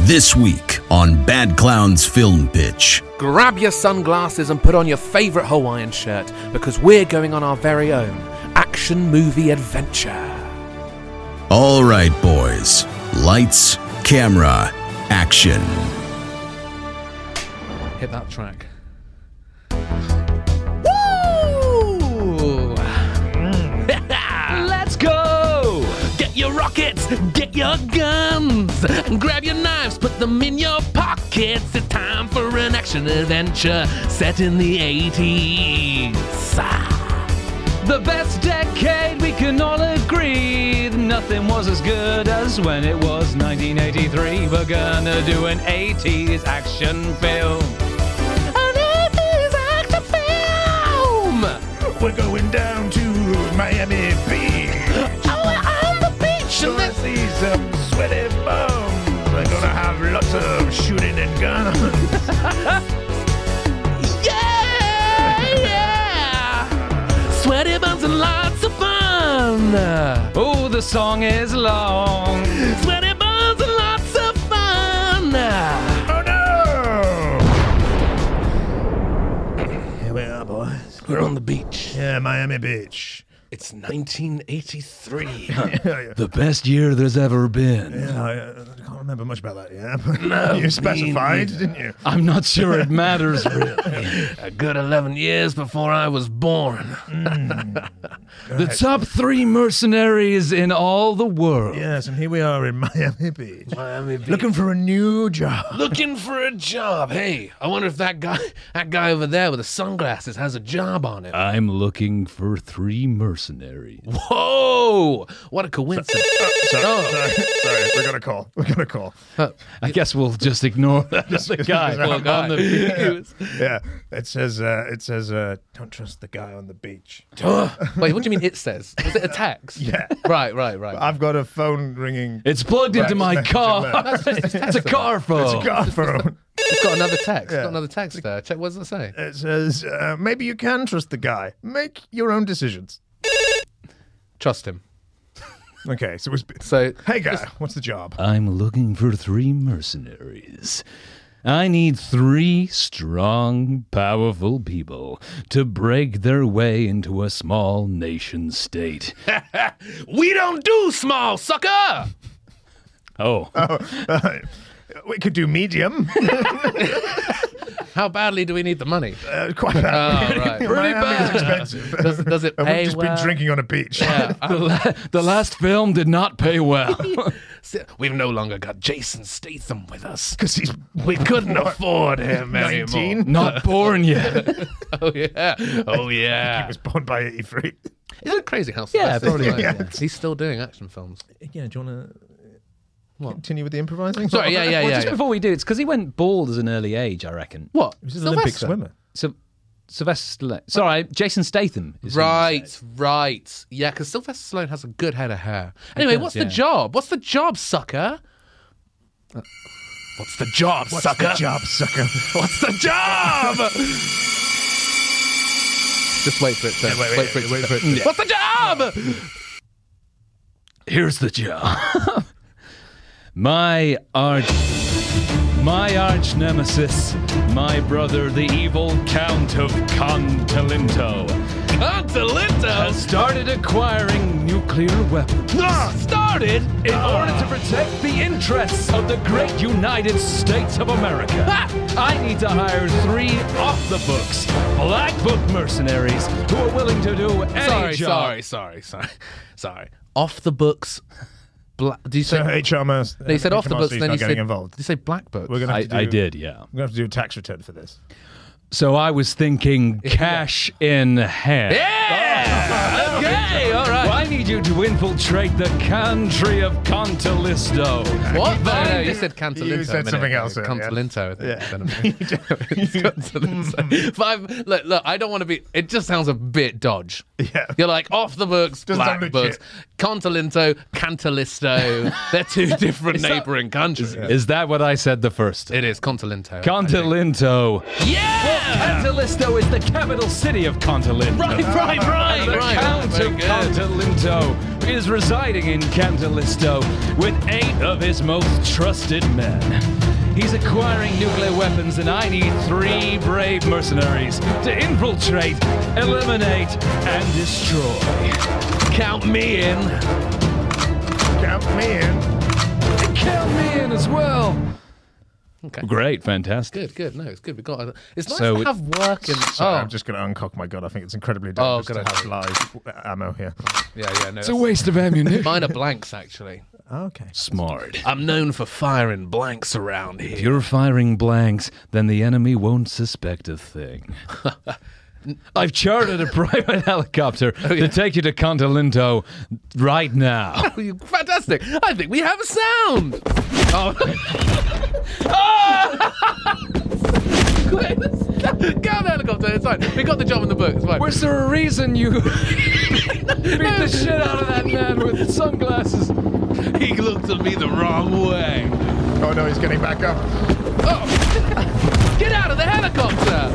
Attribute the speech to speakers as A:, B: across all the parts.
A: This week on Bad Clown's Film Pitch.
B: Grab your sunglasses and put on your favourite Hawaiian shirt because we're going on our very own action movie adventure.
A: All right, boys. Lights, camera, action.
B: Hit that track. Woo!
C: Let's go! Get your rockets, get your guns, and grab your knives, put them in your pockets. It's time for an action adventure set in the 80s. The best decade we can all agree. Nothing was as good as when it was 1983. We're gonna do an 80s action film. An 80s action film!
D: We're going down to Miami Beach.
C: Oh, we're on the beach and
D: Gonna see some sweaty bums. We're gonna have lots of shooting and guns.
C: Yeah, yeah. Sweaty bums and lots of fun. Oh, the song is long. Sweaty bums and lots of fun.
D: Oh no! Here we are, boys.
B: We're on the beach.
D: Yeah, Miami Beach.
B: It's 1983.
D: yeah, yeah.
C: The best year there's ever been.
D: Yeah, I, uh, I can't remember much about that. Yeah, no, you specified, didn't you?
C: I'm not sure it matters really.
B: A good 11 years before I was born. Mm.
C: the top three mercenaries in all the world.
D: Yes, and here we are in Miami Beach,
B: Miami Beach.
D: looking for a new job.
B: Looking for a job. Hey, I wonder if that guy, that guy over there with the sunglasses, has a job on it.
C: I'm looking for three mercenaries.
B: Whoa! What a coincidence. Oh,
D: Sorry, sorry, sorry. We got a call. We got a call.
C: I guess we'll just ignore that other guy.
B: Well, on the beach. He was-
D: Yeah, it says uh, it says uh, don't trust the guy on the beach.
B: Wait, what do you mean it says? Was it a tax?
D: Yeah.
B: Right, right, right.
D: I've got a phone ringing.
C: It's plugged into my car. It's a car phone.
D: car phone.
B: It's got another text. It's got another text there. Check what does it say?
D: It says uh, maybe you can trust the guy. Make your own decisions.
B: Trust him.
D: Okay, so it was.
B: So
D: Hey guy, what's the job?
C: I'm looking for three mercenaries. I need three strong, powerful people to break their way into a small nation state.
B: we don't do small sucker.
C: Oh,
D: Uh, we could do medium.
B: How badly do we need the money?
D: uh, quite bad.
B: Oh, right.
D: Miami
C: bad.
D: is expensive.
B: Does, does it
D: And
B: pay
D: we've just
B: well?
D: been drinking on a beach.
B: Yeah,
C: the, la- the last film did not pay well.
B: I- We've no longer got Jason Statham with us.
D: Because he's
B: We couldn't afford him anymore.
D: 19.
C: not born yet.
B: Oh yeah. Oh
D: He
B: yeah.
D: was born by 83.
B: Isn't it crazy how
C: Yeah,
B: that's
C: probably,
B: like,
D: yeah.
B: he's still doing action films.
D: Yeah, do you want to continue with the improvising?
B: Sorry, yeah, yeah,
E: well,
B: yeah.
E: just
B: yeah.
E: before we do, it's because he went bald as an early age, I reckon.
B: What?
D: He was an Olympic
B: Sylvester?
D: swimmer.
E: So, Sylvester. Stallone- Sorry, Jason Statham. Is who you said.
B: Right, right. Yeah, because Sylvester Stallone has a good head of hair. Anyway,
E: does,
B: what's the
E: yeah.
B: job? What's the job, sucker? What's the job,
D: What's
B: sucker?
D: the job, sucker?
B: What's the job? Just wait for it. To, wait,
D: wait, wait,
B: for it. to-
D: wait for it to-
B: What's the job?
C: Here's the job. my arch, my arch nemesis, my brother, the evil Count of Contalinto,
B: Continental
C: has started acquiring nuclear weapons
B: Ah, started. Ah.
C: in order to protect the interests of the great United States of America. I need to hire three off the books, black book mercenaries who are willing to do any
B: Sorry,
C: job.
B: sorry, sorry, sorry, sorry. Off the books. Bla- do you say?
D: Uh, HR Mars.
B: no, you said off the books.
D: He's
B: Then
D: not
B: you
D: getting
B: said.
D: involved.
B: Did you say black books?
D: We're gonna
C: I,
D: have to do,
C: I did, yeah.
D: We're gonna have to do a tax return for this.
C: So I was thinking cash in hand.
B: Yeah. okay. All right.
C: I need you to infiltrate the country of Contalisto.
B: What? No, no, you said Cantalinto.
D: You said
B: a minute
D: something
B: ago.
D: else, yeah.
B: Cantalinto. I think
D: Yeah. Mm.
B: you said a minute ago. It's Cantalinto. But I've- look, look, I don't want to be. It just sounds a bit dodge.
D: Yeah.
B: You're like off the books,
D: Doesn't
B: black
D: sound
B: books,
D: legit.
B: Continento, Cantalisto. They're two different neighbouring countries.
C: Is that what I said the first?
B: It is Continento.
C: Continento.
B: yeah!
C: Cantalisto is the capital city of Continento.
B: Right, right, right,
C: The
B: right.
C: Count
B: Very
C: of
B: good.
C: Cantalinto is residing in Cantalisto with eight of his most trusted men. He's acquiring nuclear weapons, and I need three brave mercenaries to infiltrate, eliminate, and destroy.
B: Count me in.
D: Count me in.
C: Count me in as well.
B: Okay.
C: Great, fantastic.
B: Good, good. No, it's good. We got. it. It's nice
C: So
B: to
C: it-
B: have work in.
D: Sorry,
B: oh,
D: I'm just going to uncock my gun. I think it's incredibly
B: Oh,
D: dangerous
B: good
D: to have live ammo here.
B: yeah, yeah. No, that's-
C: waste of ammunition.
B: mine are blanks actually.
D: Okay.
C: Smart.
B: I'm known for firing blanks around here.
C: If you're firing blanks, then the enemy won't suspect a thing. I've chartered a private helicopter to take you to Continento right now.
B: You- Fantastic! I think we have a sound. Oh. Quick. Go on, helicopter. It's fine. We got the job in the book. It's fine.
C: Was there a reason you beat the shit out of that man with sunglasses?
B: he looked at me the wrong way.
D: Oh no, he's getting back up.
B: Oh. Get out of the helicopter!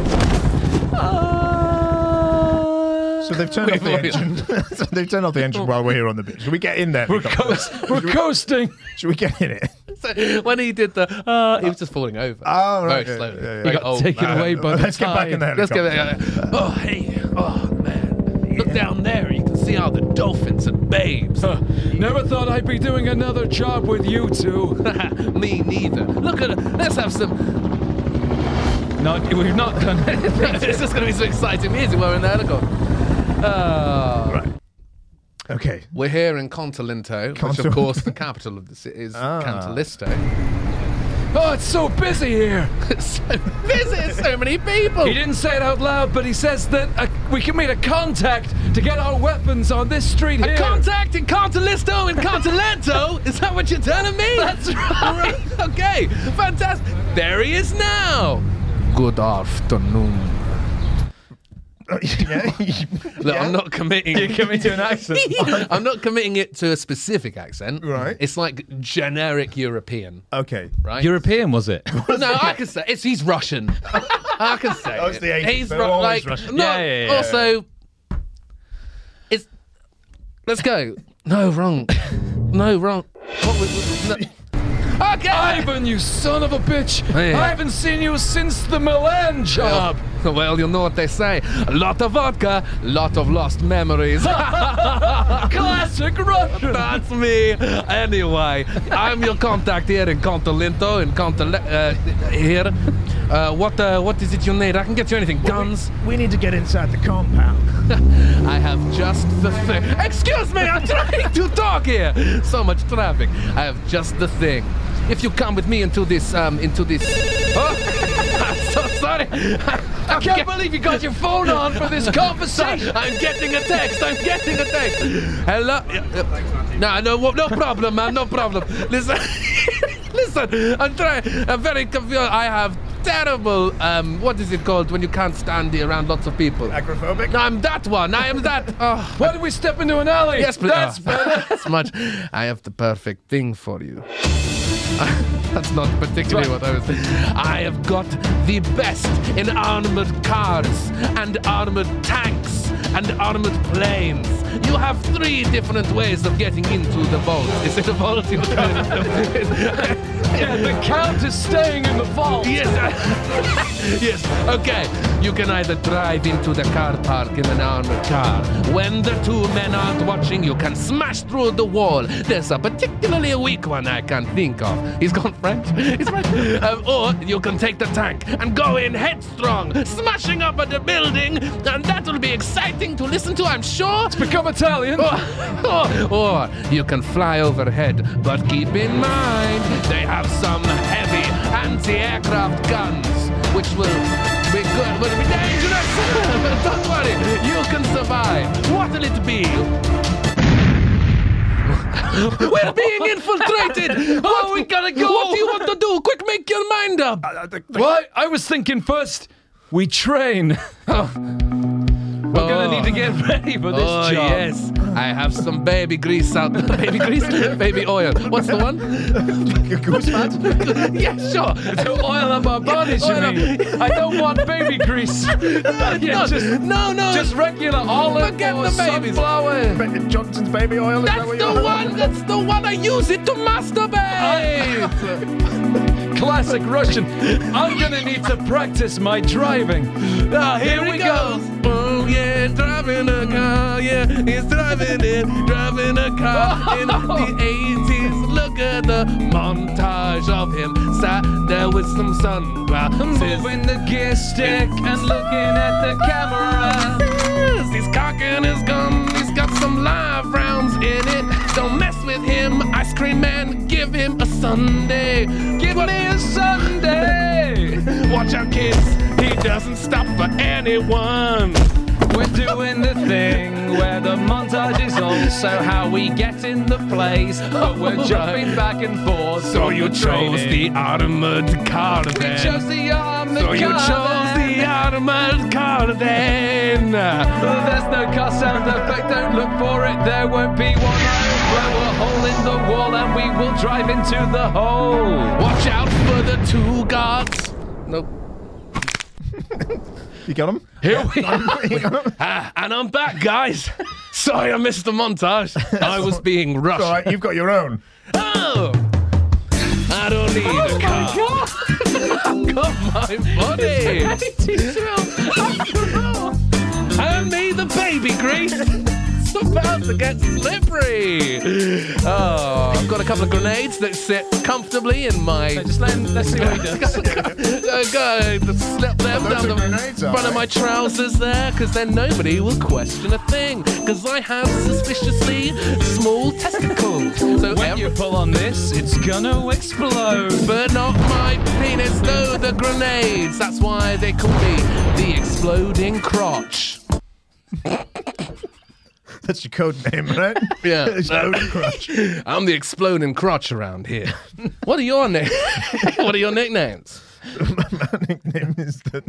C: Ah.
D: So they've turned off the
B: already-
D: engine. so they've turned off the engine while we're here on the beach. Should we get in there?
C: We're, coast- we're coasting.
D: Should we get in it?
B: So when he did the, uh, he was just falling over.
D: Oh,
B: very
D: right, yeah,
B: slowly.
D: yeah, yeah.
B: Like
C: He got
B: old
C: taken
B: man.
C: away by the
D: Let's get back in there.
B: Let's
C: tide.
B: go. Oh, hey. Oh, man. Look down there. You can see all the dolphins and babes.
C: Never thought I'd be doing another job with you two.
B: Me neither. Look at it. Let's have some.
C: No, we've not done anything.
B: it's just going to be so exciting music while we're in the helicopter. Uh,
D: Right. Okay.
B: We're here in Continento, which,
D: Continen-
B: of course, the capital of the city is
D: Ah.
B: Cantalisto.
C: Oh, it's so busy here.
B: It's so busy. it's so many people.
C: He didn't say it out loud, but he says that uh, we can meet a contact to get our weapons on this street here.
B: A contact in Contalisto in Continento? is that what you're telling me? That's right. okay, fantastic. There he is now. Good afternoon.
D: yeah.
B: Look, I'm not committing.
C: coming to an accent.
B: I'm not committing it to a specific accent.
D: Right.
B: It's like generic European,
D: okay.
B: right?
C: European was it?
B: no, I can say it's he's Russian. I can say
D: Oh, it's
B: it.
D: the 80s,
B: He's
D: they're
B: Ru-
D: always
B: like
D: Russian.
B: no,
C: Yeah, yeah, yeah.
B: Also, it's let's go. No wrong. No wrong. What was no. Okay. Oh,
C: Ivan, you son of a bitch!
B: Hey.
C: I haven't seen you since the Milan job.
B: Well, oh, well, you know what they say. A lot of vodka, lot of lost memories.
C: Classic Russian.
B: That's me. Anyway, I'm your contact here in Contolinto, in Contol uh, here. Uh, what uh, what is it you need? I can get you anything. Guns.
D: We need to get inside the compound.
B: I have just the thing. Excuse me, I'm trying to talk here. So much traffic. I have just the thing. If you come with me into this, um, into this. Oh, I'm so sorry. I
C: I can't believe you got your phone on for this conversation.
B: I'm getting a text. I'm getting a text. Hello. Uh, No, no, wo- no problem, man. No problem. Listen, listen. I'm trying. I'm very confused. I have terrible. Um, what is it called when you can't stand around lots of people?
D: Agrophobic?
B: No, I'm that one. I am that. Oh.
C: Why don't we step into an alley?
B: Yes, uh, please.
C: That's better.
B: That's much. I have the perfect thing for you. That's not particularly what I was thinking. I have got the best in armored cars and armored tanks and armored planes. You have three different ways of getting into the vault. Is it a vault?
C: Yeah, the count is staying in the vault.
B: Yes. I- yes. Okay. You can either drive into the car park in an armored car. When the two men aren't watching, you can smash through the wall. There's a particularly weak one I can't think of. He's gone French. He's French. Um, or you can take the tank and go in headstrong, smashing up at the building, and that'll be exciting to listen to, I'm sure.
C: Become Italian.
B: Or, or Oh, you can fly overhead, but keep in mind they have some heavy anti-aircraft guns, which will be good, will be dangerous. But Don't worry, you can survive. What'll it be? We're being infiltrated. oh, we gotta go. What do you want to do? Quick, make your mind up.
D: Uh, the- the-
C: Well, I, I was thinking first, we train. We're gonna need to get ready for this
B: oh,
C: job.
B: yes. I have some baby grease out Baby grease? baby oil. What's the one? yeah, sure.
C: To oil up our bodies, you
B: Oil up-
C: mean? I don't want baby grease. yeah,
B: no,
C: just,
B: no, no.
C: just regular olive
B: Forget
C: or
B: the babies.
C: sunflower.
D: Ba- Johnson's baby oil. is that
B: That's
D: what you
B: the one. That's the one. I use it to Ah, masturbate.
C: Classic Russian. I'm gonna need to practice my driving. Ah, here, we go.
B: Oh yeah, driving a car. Yeah, he's driving it, driving a car in the 80s. Look at the montage of him sat there with some sunglasses.
C: Moving the gear stick and looking at the camera.
B: Yes, he's cocking his gum. He's got some live rounds in it. Don't mess with him, ice cream man. Give him a Sunday. Give me a
C: Sunday.
B: Watch out, kids. He doesn't stop for anyone.
C: We're doing the thing where the montage is on, so how we get in the place, but we're jumping back and forth.
B: So you chose the armored car
C: We
B: then.
C: chose the arm
B: so you chose the armored car then.
C: There's no car sound effect, don't look for it, there won't be one. Blow a hole in the wall and we will drive into the hole.
B: Watch out for the two guards. Nope.
D: You got him?
B: Here we are. Ah, and I'm back, guys. Sorry I missed the montage. I was being rushed.
D: All right, you've got your own.
B: Oh! I don't need a car. Got my body. I made the baby grease. It's about to get slippery. Oh, I've got a couple of grenades that sit comfortably in my.
C: Just let him, let's see what he does.
B: I got slip them
D: Those
B: down
D: are
B: the
D: grenades, are
B: front of
D: they?
B: my trousers there, because then nobody will question a thing. Because I have suspiciously small testicles. So
C: When
B: every-
C: you pull on this, it's gonna explode.
B: but not my penis, no, the grenades. That's why they call me the exploding crotch.
D: That's your code name, right?
B: Yeah.
D: It's Odin Crush.
B: I'm the exploding crotch around here. What are your nick? what are your nicknames?
D: My nickname is the,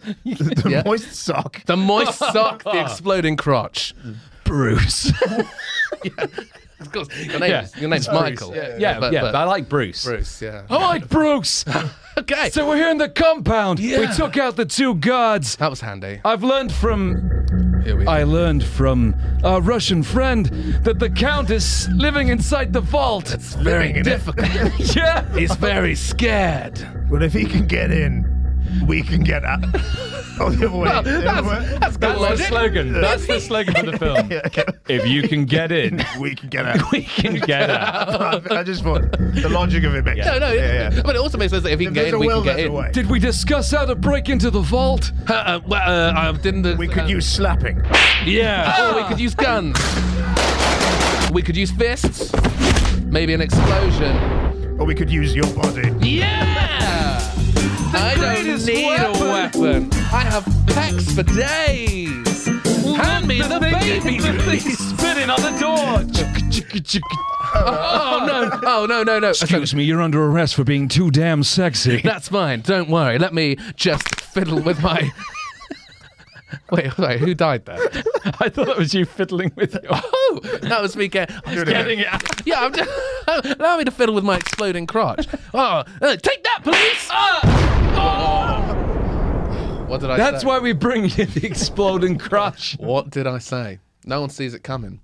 D: the, the
B: Yeah.
D: moist sock.
B: The moist sock, the exploding crotch.
C: Bruce.
B: Of course, your name,
C: Yeah.
B: is your name's Michael.
C: Yeah,
B: but-
C: yeah,
B: but- Oh,
C: I like Bruce.
B: Bruce. Yeah.
C: I like Bruce.
B: Okay.
C: so we're here in the compound. We
B: Yeah.
C: took out the two guards.
B: that was handy.
C: I've learned from
B: Here we
C: I learned from our Russian friend that the count is living inside the vault.
B: It's very difficult.
C: yeah.
B: He's very scared.
D: But if he can get in, we can get out. Oh, the other way.
B: Well,
D: the other way.
B: that's, that's good logic.
C: slogan. That's the slogan for the film. If you can get in,
D: we can get out.
C: we can get out.
D: I, I just thought the logic of it makes
B: No,
D: sense.
B: no,
D: yeah, yeah.
B: but it also makes sense that if he
D: If
B: can
D: there's
B: get
D: a
B: in, we can
D: will,
B: get
D: there's a
B: in.
D: way.
C: Did we discuss how to break into the vault?
B: Uh, uh, well, uh, I didn't. uh,
D: We could
B: uh,
D: use slapping.
C: Yeah.
B: Oh, we could use guns. We could use fists. Maybe an explosion.
D: Or we could use your body.
B: Yeah! I don't
C: greatest
B: need a
C: weapon.
B: weapon. I have pecs for days. Hand me the, baby.
C: He's spitting on the door.
B: Oh no! Oh no! No no!
C: Excuse me, you're under arrest for being too damn sexy.
B: That's fine. Don't worry. Let me just fiddle with my. Wait, wait, who died there?
C: I thought that was you fiddling with your.
B: Oh, that was me get, I was getting it. Yeah, I'm just, allow me to fiddle with my exploding crotch. Oh, uh, take that, police!
C: Uh,
B: Oh. What did I
C: That's
B: say?
C: why we bring you the exploding crush.
B: What did I say? No one sees it coming.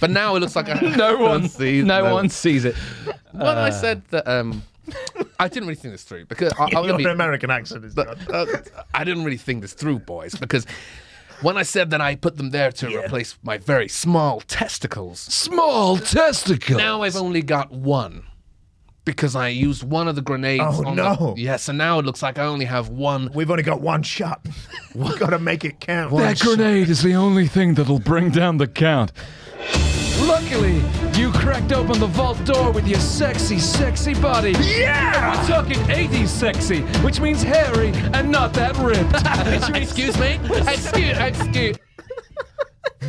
B: But now it looks like I,
C: No one
B: sees.
C: sees. No Uh. one sees it.
B: When I said that, um, I didn't really think this through because I, I'm
D: Your
B: gonna be
D: American accent is not.
B: uh, I didn't really think this through, boys, because when I said that I put them there to replace my very small testicles,
C: Small testicle.
B: now I've only got one. Because I used one of the grenades.
D: Oh,
B: on
D: no.
B: The, yeah, so now it looks like I only have one.
D: We've only got one shot. We've got to make it count.
C: that grenade is the only thing that'll bring down the count. Luckily, you cracked open the vault door with your sexy, sexy body.
D: Yeah!
C: We're talking 80s sexy, which means hairy and not that ripped. Which means
B: Excuse me? Excuse, excuse.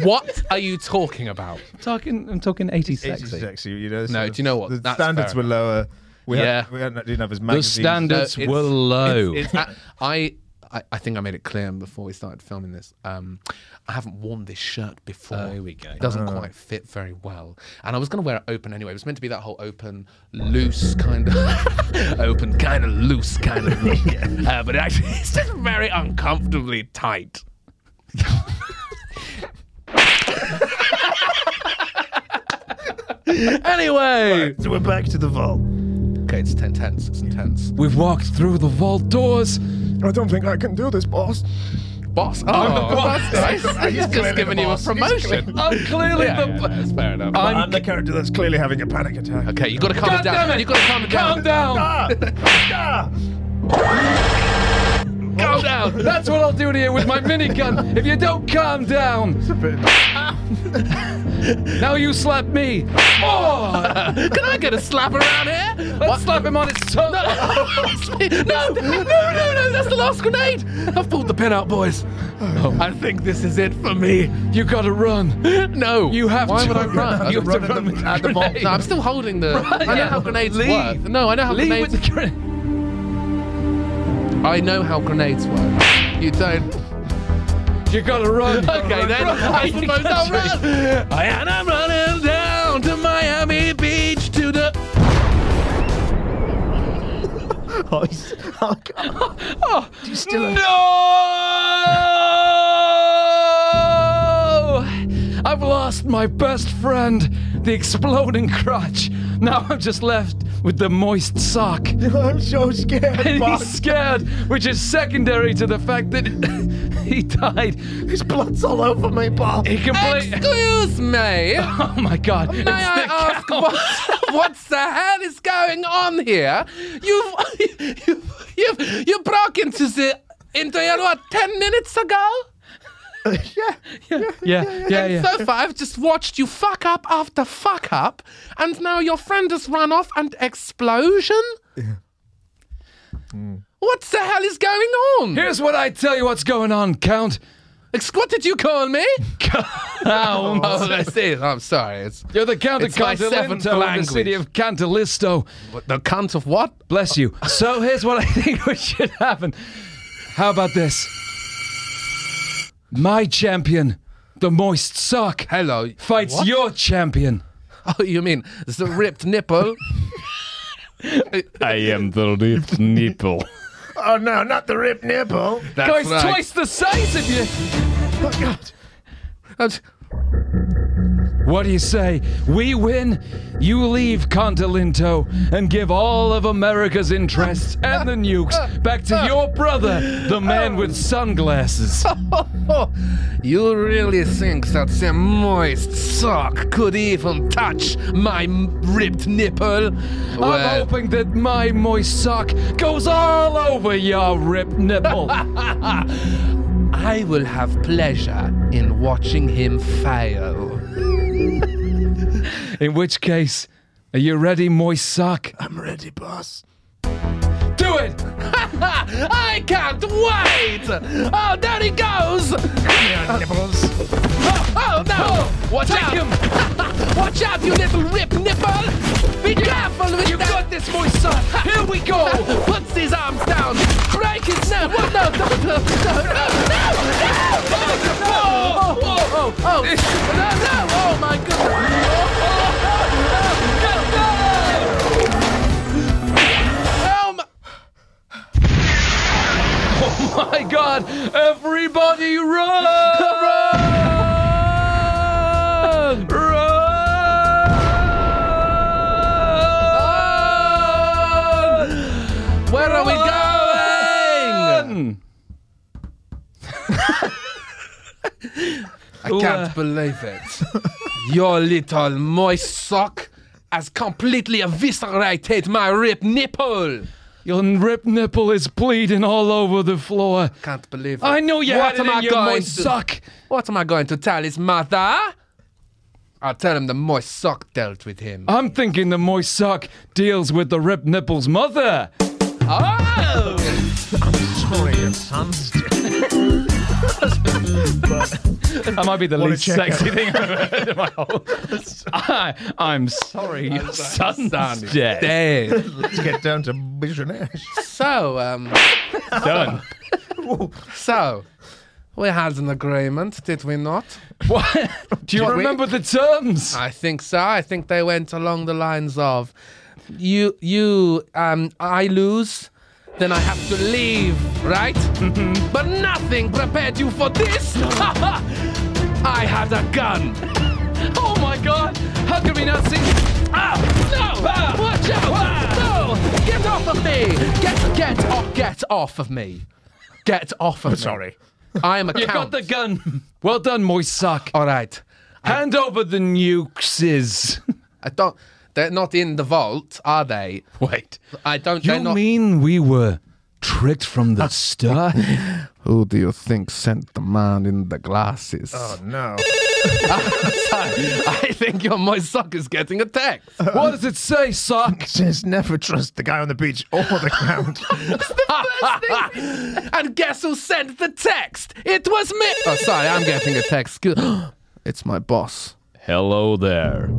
B: What are you talking about?
C: talking, I'm talking 80s
D: It's just
C: sexy.
D: sexy, you know.
B: No,
D: so
B: do you know what?
D: The
B: That's
D: standards
B: fair
D: were lower. We
B: Yeah.
D: had, we had, didn't have as
C: The
D: magazines.
C: standards
B: No, it's-
C: were low.
B: It's, a- I I, I think I made it clear before we started filming this. Um, I haven't worn this shirt before.
C: There we go.
B: It doesn't quite fit very well. And I was going to wear it open anyway. It was meant to be that whole open, loose kind of open, kind of loose kind of look. Uh, but it actually, it's just very uncomfortably tight. anyway,
D: So we're back to the vault.
B: okay, it's ten tense. It's intense.
C: We've walked through the vault doors.
F: I don't think I can do this, boss.
B: Boss, oh, I'm the boss. Nice. He's just giving you a promotion.
C: I'm Oh, clearly
B: Yeah,
C: the.
B: yeah, that's fair enough.
C: I'm-
D: I'm the character that's clearly having a panic attack.
B: Okay, you gotta calm
C: God
B: it down.
C: damn it!
B: You gotta calm it down.
C: Calm down.
D: Ah! Ah!
B: Calm down.
C: That's what I'll do to you with my minigun. If you don't calm down. now you slap me. Oh,
B: Can I get a slap around here?
C: let's slap him on his tongue.
B: no, no, no, no, that's the last grenade. I've pulled the pin out, boys. I think this is it for me.
C: You gotta run.
B: No.
C: You have
B: Why
C: to.
B: would I run?
C: You
B: I'd
C: have to
B: run at
C: run
B: the-
C: with the
B: at the vault.
C: grenade.
B: No, I'm still holding the. I know
C: yeah.
B: how grenades
C: Leave.
B: work. No, I know how
C: Leave
B: grenades.
C: with the grenade.
B: I know how grenades work. You don't.
C: You gotta run.
B: Okay, then. I suppose I'll run. I, and I'm running down to Miami Beach to the.
D: Oh, he's- oh, God. Do you still have-
C: No! I've lost my best friend, the exploding crotch. Now I'm just left with the moist sock.
D: I'm so scared,
C: And he's
D: boss.
C: scared, which is secondary to the fact that he died.
D: His blood's all over me, boss.
C: He completely.
B: Excuse me.
C: Oh my god. it's
B: May
C: the
B: I ask
C: cow.
B: what, what the hell is going on here? You've you've you've you broke into the into your what ten minutes ago?
C: Yeah, yeah,
B: and
C: yeah.
B: so far I've just watched you fuck up after fuck up, and now your friend has run off and explosion? Mm. What the hell is going on?
C: Here's what I tell you what's going on, Count.
B: Ex- What did you call me?
C: Count.
B: Oh, that's it. I'm sorry. It's
C: You're the Count of
B: It's my seventh
C: Cantalisto of the
B: language.
C: city of Cantalisto.
B: what, the cunt of what?
C: Bless you. So here's what I think we should happen. How about this? My champion, the moist sock,
B: Hello.
C: fights
B: What?
C: your champion.
B: Oh, you mean the ripped nipple?
G: I am the ripped nipple.
D: Oh, no, not the ripped nipple.
B: That's
C: Guys,
B: right.
C: twice the size of you.
D: Oh, God.
B: That's-
C: What do you say? We win, you leave Continento and give all of America's interests and the nukes back to your brother, the man
B: Oh.
C: with sunglasses.
B: You really think that the moist sock could even touch my m- ripped nipple?
C: I'm
B: Well,
C: hoping that my moist sock goes all over your ripped nipple.
B: I will have pleasure in watching him fail.
C: In which case, are you ready, moist sock?
D: I'm ready, boss.
C: Do it!
B: I can't wait! Oh, there he goes!
D: Yeah, nipples.
B: Oh no! Watch
C: Take
B: out!
C: him!
B: Watch out, you little ripped nipple! Be careful with
C: You
B: that!
C: got this, moist sock! Here we go!
B: Puts his arms down. Break his neck. What? No, no, no, no, no, no, no, no. Oh, oh, oh, oh. No, no. Oh, my goodness. Oh, my-
C: My god, everybody run! Run!
B: Oh.
C: Run!
B: Where are we going? I can't believe it. Your little moist sock has completely eviscerated my ripped nipple.
C: Your rip nipple is bleeding all over the floor.
B: Can't believe it.
C: I know you
B: what
C: had
B: am
C: it in
B: I
C: your
B: going
C: moist
B: to-
C: sock.
B: What am I going to tell his mother? I'll tell him the moist sock dealt with him.
C: I'm thinking the moist sock deals with the ripped nipple's mother.
B: Oh!
D: Sorry, your son's dead.
C: That might be the least
D: check
C: sexy thing I've heard in my whole. I, I'm sorry, your son's dead.
B: Dead.
D: Let's get down to Vision Ash.
B: So, um,
G: Done.
B: So, we had an agreement, did we not?
C: What? Do you
B: Did we-
C: remember the terms?
B: I think so. I think they went along the lines of, you, you, um, I lose, then I have to leave, right?
C: Mm-hmm.
B: But nothing prepared you for this. I had a gun.
C: Oh my god! How come we not seen?
B: Ah, no! Watch out!
C: Ah.
B: No! Get off of me! Get, get off, get off of me! Get off of me! Sorry, I am a
C: You
B: count.
C: got the gun. Well done, Moisak.
B: All right.
C: Hand over the nukes.
B: I don't. They're not in the vault, are they?
C: Wait.
B: I don't.
C: You
B: they're not.
C: mean we were tricked from the start?
B: Who do you think sent the man in the glasses? Oh no! I think your moist sock is getting attacked.
C: what does it say, Sock?
D: Just never trust the guy on the beach or the ground.
B: and guess who sent the text? It was me. Oh, sorry, I'm getting a text. it's my boss.
H: Hello there,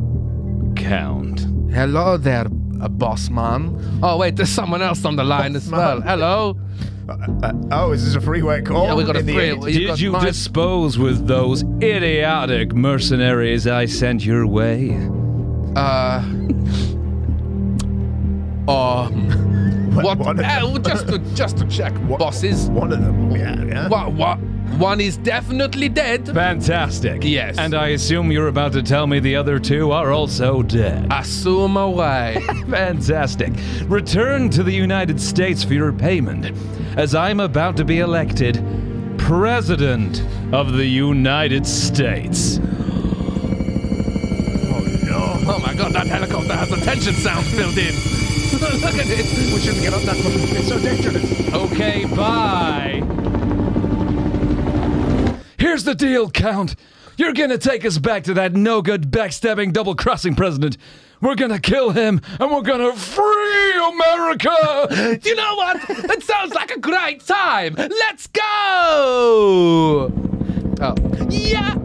H: Count.
B: Hello there, uh, boss man. Oh wait, there's someone else on the line as well. Hello.
D: oh, is this a freeway call?
B: Yeah, we got a
D: In the
B: three.
D: end.
B: You've
C: Did
B: got
C: you
B: my-
C: dispose with those idiotic mercenaries I sent your way?
B: uh, Um, what?
D: one of
B: Oh, just to just to check, bosses.
D: One of them. Yeah, yeah.
B: What? What? One is definitely dead.
C: Fantastic.
B: Yes.
C: And I assume you're about to tell me the other two are also dead.
B: Assume away.
C: Fantastic. Return to the United States for your payment, as I'm about to be elected President of the United States.
B: Oh my god, that helicopter has a tension sound filled in. Look at it.
D: We shouldn't get on that one. It's so dangerous.
C: Okay, bye. Here's the deal, Count. You're gonna take us back to that no good, backstabbing, double crossing president. We're gonna kill him, and we're gonna free America!
B: You know what? That sounds like a great time. Let's go. Oh. Yeah.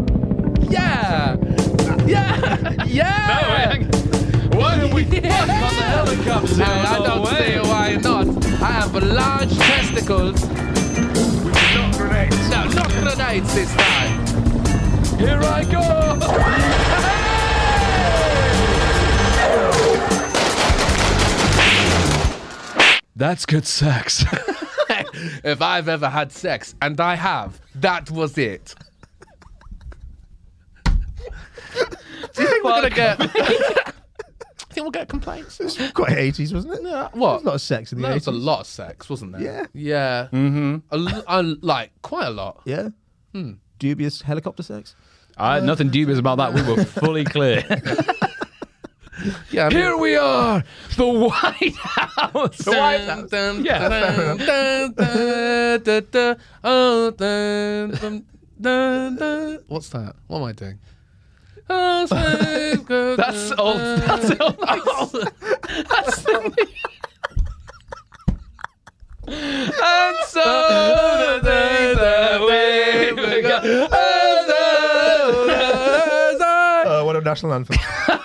B: Yeah. Yeah. Yeah.
C: Why did we fuck on the helicopter?
B: And I don't see why not. I have large testicles.
D: Not grenades.
B: No, not grenades this time.
C: Here I go! That's good sex.
B: if I've ever had sex, and I have, that was it. Do you think we're gonna get? Do you think we'll get complaints?
D: Quite 80s, wasn't it? No,
B: what?
D: There's a lot of sex in the
B: That was
D: 80s.
B: a lot of sex, wasn't there?
D: Yeah.
B: Yeah. Mm-hmm. like quite a lot.
D: Yeah. Dubious helicopter sex.
C: Uh, nothing dubious about that. We were fully clear.
B: Yeah. I mean-
C: Here we are, the White House.
B: Dun, dun,
C: Yeah.
B: dun, dun, dun, dun, dun, oh, dun, dun, dun, dun. What's that? What am I doing? Oh, slave girl,
C: That's
B: dun,
C: all.
B: dun.
C: That's all.
B: And so the day that we began.
D: Uh, what a national anthem.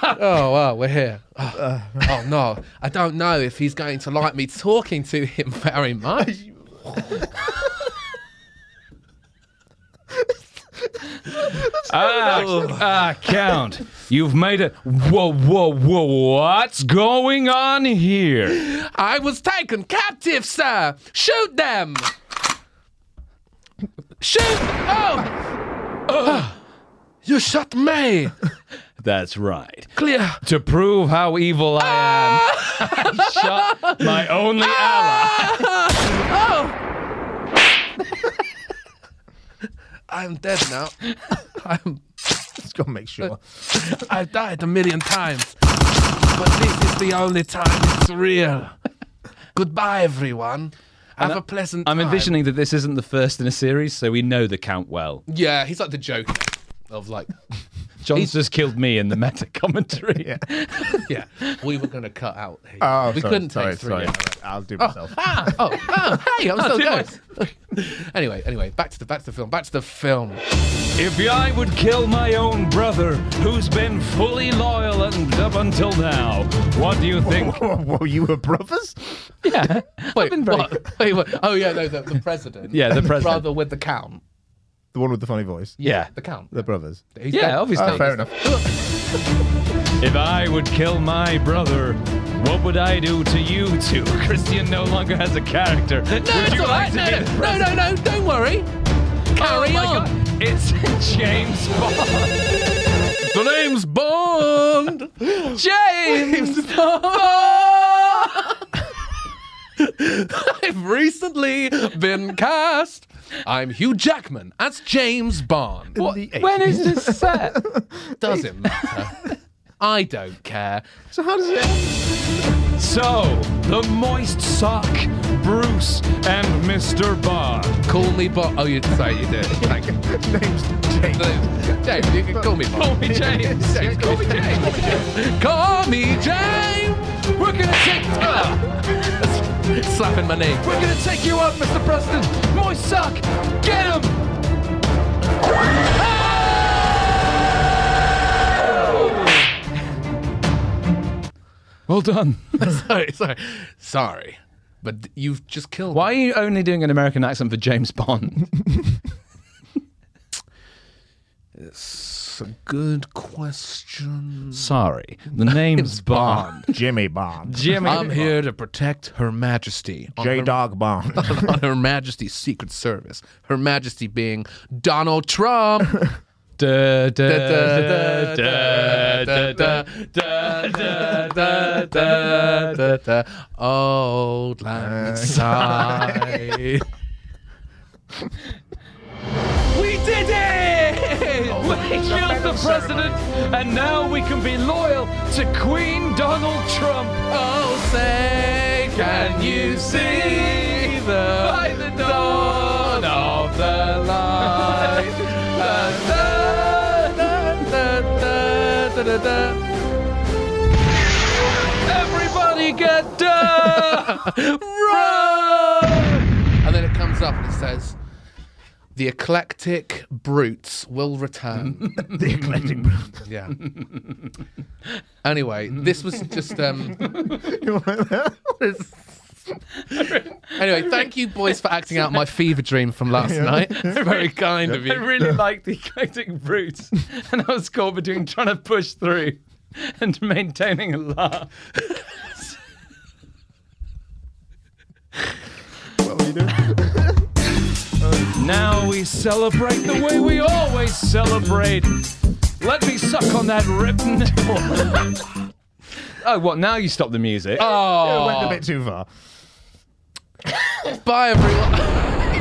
B: Oh wow, we're here. Oh, oh, no, I don't know if he's going to like me talking to him very much.
C: Ah, ah, count. You've made it. Whoa, whoa, whoa! What's going on here?
B: I was taken captive, sir. Shoot them. Shoot! Oh, Ah, you shot me.
C: That's right.
B: Clear.
C: To prove how evil I am,
B: Ah!
C: I shot my only ally.
B: I'm dead now. I'm.
D: Just gotta make sure.
B: I've died a million times, but this is the only time it's real. Goodbye, everyone. Have a pleasant.
C: I'm
B: time.
C: envisioning that this isn't the first in a series, so we know the count well.
B: Yeah, he's like the Joker of like,
C: John's just killed me in the meta commentary.
B: yeah, we were gonna cut out. Hey,
D: Oh,
B: we
D: sorry,
B: couldn't
D: sorry,
B: take three.
D: sorry. I'll do myself.
B: Ah, oh, oh, hey, I'm still
C: did
B: going. anyway, anyway, back to the back to the film. Back to the film.
C: If I would kill my own brother, who's been fully loyal and up until now, what do you think?
D: Whoa, whoa, you were brothers?
C: yeah,
B: Wait, what? Wait, what? Oh yeah, no, the, the president.
C: Yeah, the president.
B: Rather with the count.
D: The one with the funny voice.
C: yeah.
B: The count.
D: They're brothers.
B: He's
C: Yeah,
B: dead.
C: obviously.
D: Oh, fair enough.
C: If I would kill my brother, what would I do to you two? Christian no longer has a character. No, would
B: No, it's
C: you
B: all
C: like
B: right. No,
C: to be the
B: no, no, no, no, don't worry. Carry
C: Oh my
B: on.
C: God, It's James Bond.
B: The name's Bond.
C: James.
B: I've recently been cast. I'm Hugh Jackman as James Bond. What
D: The
C: when is this set?
B: does it matter? I don't care.
D: So how does it?
C: So, the moist sock, Bruce, and Mr. Bond.
B: Call me Bond. Oh, you sorry, you did. Thank you.
D: Name's James.
B: James, you can call me
C: Call
B: Bond.
C: me James.
B: James, call me James. Call me James. We're gonna take. Slapping my knee.
C: We're gonna take you up, Mr. President. Moist sock, get him. Well done.
B: Sorry, sorry, sorry. But you've just killed.
C: Why are you only doing an American accent for James Bond?
B: It's a good question.
C: Sorry, the name's Bond. Um,
D: Jimmy Bond.
C: Jimmy.
B: I'm here to protect Her Majesty. on
D: J
B: her-
D: Dog Bond.
B: on Her Majesty's Secret Service. Her Majesty being Donald Trump.
C: Da, da, da, da, da, da.
B: Old Lang Syne.
C: We did it!
B: Oh,
C: we killed the president, and now we can be loyal to Queen Donald Trump.
B: Oh, say, can you see the
C: By the dawn
B: of the light? Da, da, da, da, da, da, da.
C: Everybody get down! Run!
B: And then it comes up and it says, "The eclectic brutes will return."
D: the eclectic Bond.
B: yeah. Anyway, this was just um.
D: You like that?
B: Anyway, thank you, boys, for acting out my fever dream from last night. It's very kind of
C: I
B: you.
C: really liked the eclectic brutes, and I was caught between trying to push through and maintaining a laugh.
D: What were you doing?
C: Now we celebrate the way we always celebrate. Let me suck on that ripped nipple. oh, what? Now you stop the music.
B: Oh,
D: I went a bit too far.
B: Bye, everyone.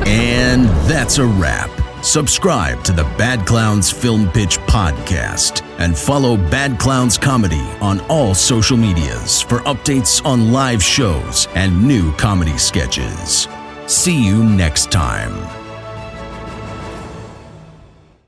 A: And that's a wrap. Subscribe to the Bad Clowns Film Pitch podcast and follow Bad Clowns Comedy on all social medias for updates on live shows and new comedy sketches. See you next time.